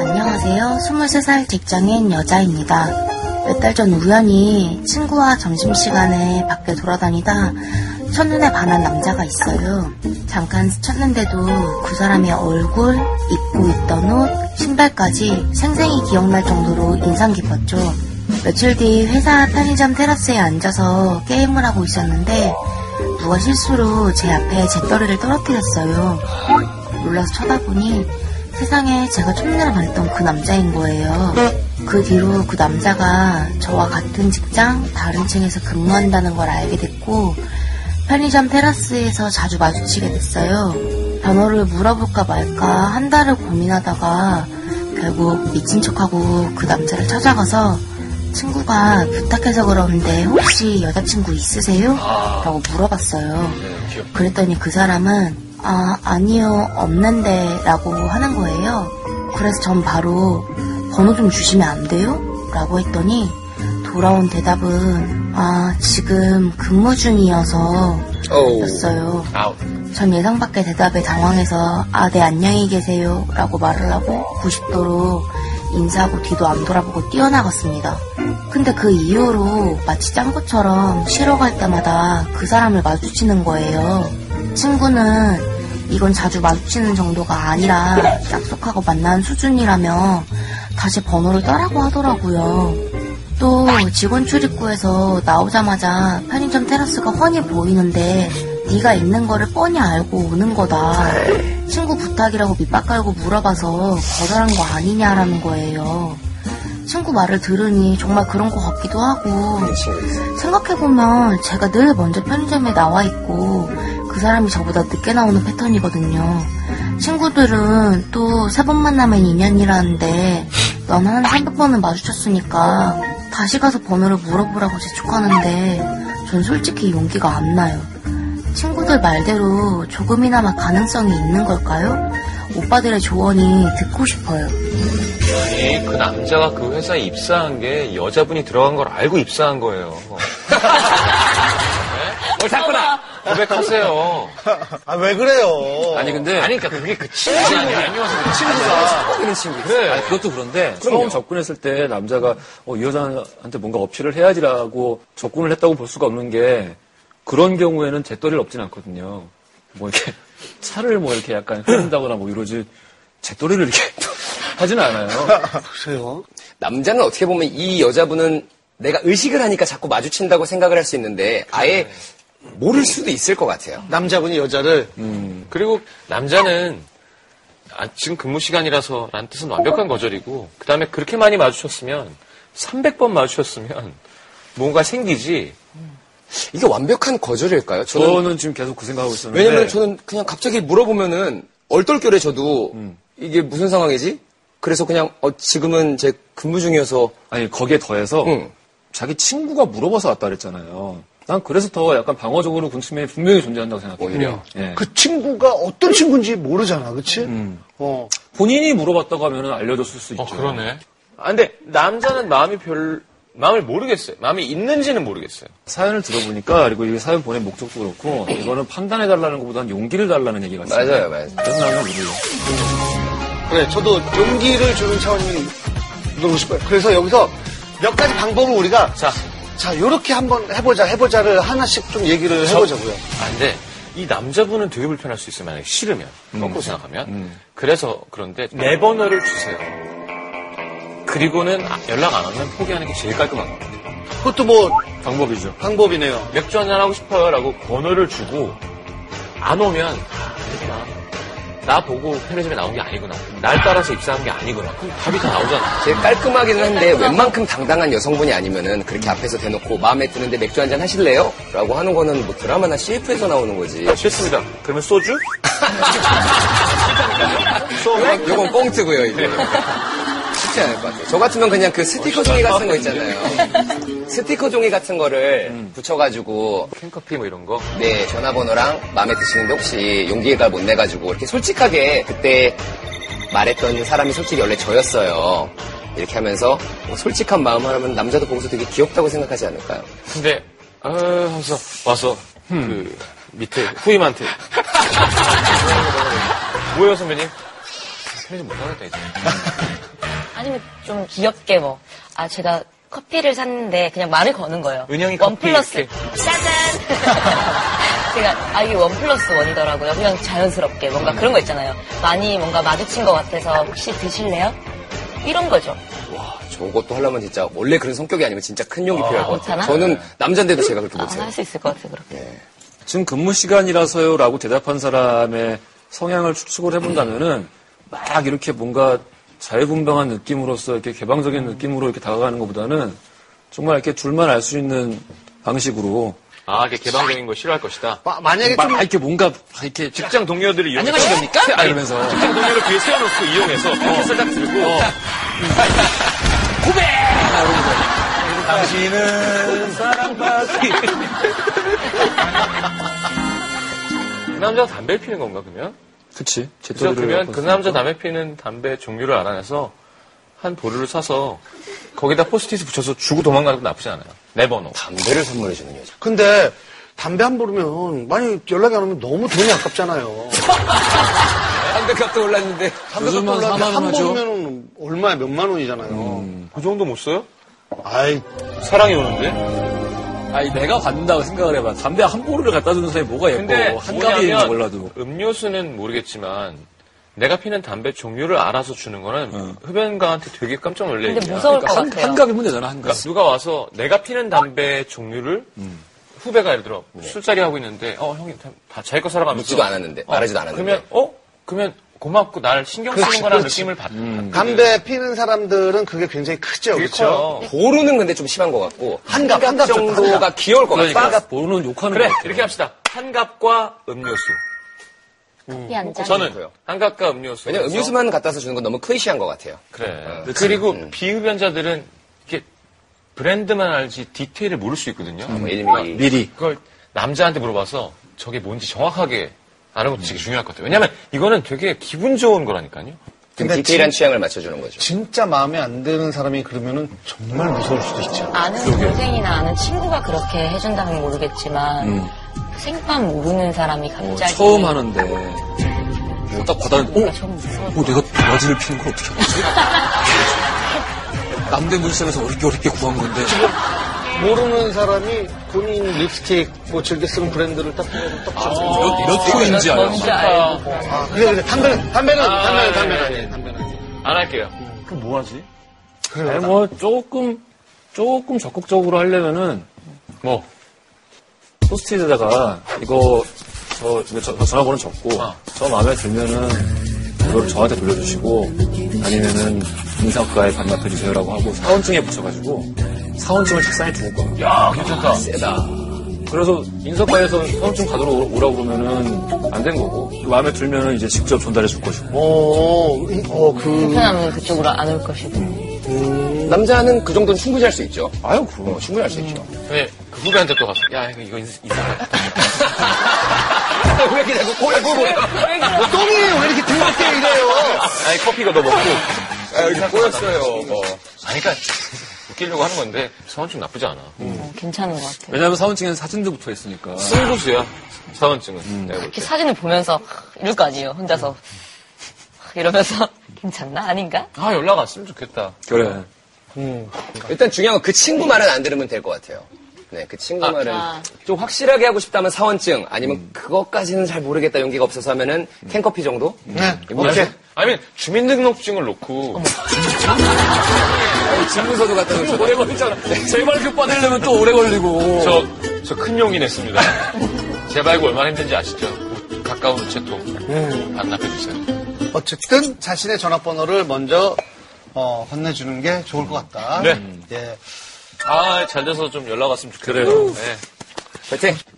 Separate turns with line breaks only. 안녕하세요. 23살 직장인 여자입니다. 몇 달 전 우연히 친구와 점심시간에 밖에 돌아다니다 첫눈에 반한 남자가 있어요. 잠깐 스쳤는데도 그 사람의 얼굴, 입고 있던 옷, 신발까지 생생히 기억날 정도로 인상 깊었죠. 며칠 뒤 회사 편의점 테라스에 앉아서 게임을 하고 있었는데 누가 실수로 제 앞에 제떨이를 떨어뜨렸어요. 놀라서 쳐다보니 세상에 제가 첫눈에 반했던 그 남자인 거예요. 그 뒤로 그 남자가 저와 같은 직장, 다른 층에서 근무한다는 걸 알게 됐고, 편의점 테라스에서 자주 마주치게 됐어요. 번호를 물어볼까 말까 한 달을 고민하다가 결국 미친 척하고 그 남자를 찾아가서 친구가 부탁해서 그러는데 혹시 여자친구 있으세요? 라고 물어봤어요. 그랬더니 그 사람은 아 아니요 없는데 라고 하는 거예요 그래서 전 바로 번호 좀 주시면 안 돼요? 라고 했더니 돌아온 대답은 아 지금 근무 중이어서
오.
였어요
아우.
전 예상 밖의 대답에 당황해서 아, 네, 안녕히 계세요 라고 말을 하고 90도로 인사하고 뒤도 안 돌아보고 뛰어나갔습니다. 근데 그 이후로 마치 짱구처럼 쉬러 갈 때마다 그 사람을 마주치는 거예요. 친구는 이건 자주 마주치는 정도가 아니라 약속하고 만난 수준이라며 다시 번호를 따라고 하더라고요. 또 직원 출입구에서 나오자마자 편의점 테라스가 훤히 보이는데 네가 있는 거를 뻔히 알고 오는 거다. 친구 부탁이라고 밑밥 깔고 물어봐서 거절한 거 아니냐라는 거예요. 친구 말을 들으니 정말 그런 거 같기도 하고 네. 생각해보면 제가 늘 먼저 편의점에 나와 있고 그 사람이 저보다 늦게 나오는 패턴이거든요. 친구들은 또 세 번 만나면 인연이라는데 넌 한 300번은 마주쳤으니까 다시 가서 번호를 물어보라고 재촉하는데 전 솔직히 용기가 안 나요. 친구들 말대로 조금이나마 가능성이 있는 걸까요? 오빠들의 조언이 듣고 싶어요.
아니, 그 남자가 그 회사에 입사한 게 여자분이 들어간 걸 알고 입사한 거예요. 옳았구나 고백하세요.
아 왜 그래요?
어.
아니 근데
아니, 그러니까 그게 그 친구가 아니어서 그래.
친구가
그런 친구
그래.
아니, 그것도 그런데
네.
처음 접근했을 때 남자가 어, 이 여자한테 뭔가 어필을 해야지라고 접근을 했다고 볼 수가 없는 게 그런 경우에는 재떨이를 없진 않거든요. 뭐 이렇게 차를 뭐 이렇게 약간 흐린다거나 뭐 이러지 재떨이를 이렇게 하진 않아요.
글쎄요.
남자는 어떻게 보면 이 여자분은 내가 의식을 하니까 자꾸 마주친다고 생각을 할 수 있는데 아예 모를 수도 있을 것 같아요.
남자분이 여자를
네.
그리고 남자는 아, 지금 근무 시간이라서 라는 뜻은 완벽한 거절이고 그 다음에 그렇게 많이 마주쳤으면 300번 마주쳤으면 뭔가 생기지
이게 완벽한 거절일까요? 저는 네.
저는 지금 계속 그 생각하고 있었는데
왜냐면 저는 그냥 갑자기 물어보면은 얼떨결에 저도 이게 무슨 상황이지? 그래서 그냥 어, 지금은 제 근무 중이어서
아니 거기에 더해서
응.
자기 친구가 물어봐서 왔다 그랬잖아요. 난 그래서 더 약간 방어적으로 군 측면이 분명히 존재한다고 생각해요.
오히려.
예.
그 친구가 어떤 친구인지 모르잖아, 그치?
음.
어.
본인이 물어봤다고 하면 알려줬을 수 있죠.
아, 근데 남자는 마음이 별 마음을 모르겠어요. 마음이 있는지는 모르겠어요.
사연을 들어보니까 그리고 이 사연 보낸 목적도 그렇고 이거는 판단해 달라는 것보다는 용기를 달라는 얘기 같아요.
맞아요, 맞아요.
그래서 나는 모르요
그래, 저도 용기를 주는 차원이 물어보고 싶어요. 그래서 여기서 몇 가지 방법을 우리가
자,
자, 요렇게 한번 해보자, 해보자를 하나씩 좀 얘기를 해보자고요.
아, 근데 이 남자분은 되게 불편할 수 있어요. 만약에 싫으면. 거꾸로 생각하면. 그래서 그런데 내 번호를 주세요. 그리고는 아, 연락 안 하면 포기하는 게 제일 깔끔한 겁니다.
그것도 뭐,
방법이죠.
방법이네요.
맥주 한잔 하고 싶어요 라고 번호를 주고 안 오면 아, 그렇구나. 나 보고 편의점에 나온 게 아니구나. 날 따라서 입사한 게 아니구나. 그럼 답이 다 나오잖아.
제일 깔끔하기는 한데 웬만큼 당당한 여성분이 아니면은 그렇게 앞에서 대놓고 마음에 드는데 맥주 한잔 하실래요? 라고 하는 거는 뭐 드라마나 CF에서 나오는 거지.
네, 싫습니다. 그러면 소주?
요건 꽁트고요, 이게. 쉽지 않을 것 같아요. 저 같으면 그냥 그 스티커 종이 같은 거 있잖아요. 스티커 종이 같은 거를 붙여가지고,
캔커피 뭐 이런 거.
네, 전화번호랑 마음에 드시는데 혹시 용기가 못 내가지고, 이렇게 솔직하게 그때 말했던 사람이 솔직히 원래 저였어요. 이렇게 하면서 뭐 솔직한 마음 하면 남자도 보고서 되게 귀엽다고 생각하지 않을까요?
근데 아 하면서 와서 그 밑에 후임한테 뭐예요 선배님? 편의점 못 하겠다 이제
아니면 좀 귀엽게 뭐, 아, 제가 커피를 샀는데 그냥 말을 거는 거예요.
은영이
원
커피
플러스.
이렇게.
짜잔! 제가, 아, 이게 원 플러스 원이더라고요. 그냥 자연스럽게. 뭔가 그런 거 있잖아요. 많이 뭔가 마주친 것 같아서 혹시 드실래요? 이런 거죠.
와, 아, 저것도 하려면 진짜 원래 그런 성격이 아니면 진짜 큰 용이 필요할 것 같아요.
못하나?
저는 남잔데도 제가 그렇게
아,
못해요.
할 수 있을 것 같아요, 그렇게.
지금 근무 시간이라서요 라고 대답한 사람의 성향을 추측을 해본다면은 막 이렇게 뭔가 자유분방한 느낌으로서 이렇게 개방적인 느낌으로 이렇게 다가가는 것보다는 정말 이렇게 둘만 알 수 있는 방식으로
아, 이게 개방적인 거 싫어할 것이다.
마- 만약에
막
좀
이렇게 뭔가 이렇게 즉
직장 동료들을 이용해서.
아, 이러면서
직장 동료를 뒤에 세워놓고
어.
이용해서 패킷을 딱 들고.
당신은
그 남자 담배 피는 건가, 그러면?
그치 제
그래서
또래를
그러면 그
봤을
남자 담배 피는 담배 종류를 알아내서 한 보루를 사서 거기다 포스트잇 붙여서 주고 도망가는 건 나쁘지 않아요. 네버노.
담배를 선물해주는 여자.
근데 담배 한 부르면 많이 연락이 안 오면 너무 돈이 아깝잖아요.
담배값도 올랐는데.
담배
요즘은
값
사만
한
원 하죠. 음.
보면 얼마야 몇만 원이잖아요.
그 정도 못 써요?
아이
사랑이 오는데?
아니 내가 받는다고 생각을 해봐 담배 한 보루를 갖다 주는 사람이 뭐가
근데
예뻐 한 갑이
뭐냐면
몰라도
음료수는 모르겠지만 내가 피는 담배 종류를 알아서 주는 거는 흡연가한테 되게 깜짝 놀래요.
근데 무서울 것
그러니까 한,
같아요.
한 갑이면 되잖아 한 갑.
그러니까
네.
누가 와서 내가 피는 담배 종류를
음.
후배가 예를 들어 술자리 하고 있는데 어 형님 다, 다 자기 거 살아가면서
네. 묻지도 않았는데, 말하지도 않았는데.
그러면 어 그러면 고맙고 나를 신경 쓰는 거라는 느낌을 받.
음.
담배 피는 사람들은 그게 굉장히 크죠,
그게
그렇죠?
커요.
보루는 근데 좀 심한 것 같고.
한갑,
한갑
한갑
정도가
한갑.
귀여울 것 같아요.
그러니까 보루는 욕하는
그래
것 같아
이렇게 합시다. 한갑과 음료수.
커피 한 잔.
저는
그래요.
한갑과 음료수.
왜냐면 음료수만 갖다 서 주는 건 너무 크리시한 것 같아요.
그래.
그치. 음.
그리고 비흡연자들은 이렇게 브랜드만 알지 디테일을 모를 수 있거든요. 음.
뭐 일밀이.
미리
그걸 남자한테 물어봐서 저게 뭔지 정확하게 아는
음.
것도 되게 중요할 것 같아요. 왜냐면 이거는 되게 기분 좋은 거라니까요.
근데 디테일한 취향을 맞춰주는 거죠.
진짜 마음에 안 드는 사람이 그러면은 정말 무서울 수도 있죠.
아는 동생이나 아는 친구가 그렇게 해준다면 모르겠지만 생판 모르는 사람이
어,
갑자기
처음 하는데 뭐딱 받았는데 어?
처음 무서워.
어, 내가 바지를 피는 걸 어떻게 알았지? 남대문시장에서 어렵게 어렵게 구한 건데
모르는 사람이 본인 립스틱 뭐 즐겨 쓰는 브랜드를 딱 보면 딱 아,
몇, 몇 어, 호인지 알아요.
뭔지 알고
아, 그래, 그래. 아, 네, 담배는, 담배는,
아, 네,
담배는, 담배는 아니에요.
안 할게요.
그 아니, 뭐 조금 조금 적극적으로 하려면은
뭐
포스트잇에다가 이거 저, 이거 저- 전화번호 적고
어.
저 마음에 들면은 이걸 저한테 돌려주시고 아니면은 인사과에 반납해 주세요라고 하고 사원증에 붙여가지고 사원증을 책상에 두고 가요.
야 괜찮다.
그래서 인사과에서 사원증 받으러 오- 오라고 그러면은 안 된 거고 그 마음에 들면은 이제 직접 전달해 줄 것이고
어, 이- 어, 그,
불편하면 그쪽으로 안 올 것이고 음,
남자는 그 정도는 충분히 할 수 있죠.
아유 그럼
어, 충분히 할 수 있죠.
네, 그 후배한테 또 가서 야 이거 이거 이상하다.
왜 이렇게 자꾸 코에
뭐,
꼬여?
뭐, 똥이에요. 왜 이렇게 드럽게 이래요?
아니 커피가 너 먹고.
아, 여기 꼬였어요. 어.
아니 그러니까 웃기려고 하는 건데 사원증 나쁘지 않아.
음.
어, 괜찮은 것 같아요.
왜냐면 사원증에는 사진도 붙어 있으니까
승부수야 사원증은.
음.
내가 볼
이렇게
때.
사진을 보면서 하, 이럴 거 아니에요. 혼자서 하, 이러면서 괜찮나 아닌가?
아 연락 왔으면 좋겠다.
그래
일단 중요한 건 그 친구 말은 안 들으면 될 것 같아요. 네, 그 친구
아,
말은
아.
좀 확실하게 하고 싶다면 사원증 아니면 그것까지는 잘 모르겠다 용기가 없어서 하면은 캔커피 정도?
음.
네, 오케이.
아니면 주민등록증을 놓고
그
증문서도 갖다 놓고
오래 걸리잖아 제발 급 받으려면 또 오래 걸리고
저 저 큰 용이 냈습니다. 제발 이거 얼마나 힘든지 아시죠? 가까운
음.
우체통 반납해 주세요.
어쨌든 자신의 전화번호를 먼저, 어, 건네주는 게 좋을 것 같다.
네.
예.
아, 잘 돼서 좀 연락 왔으면 좋겠어요.
그래요.
네.
파이팅!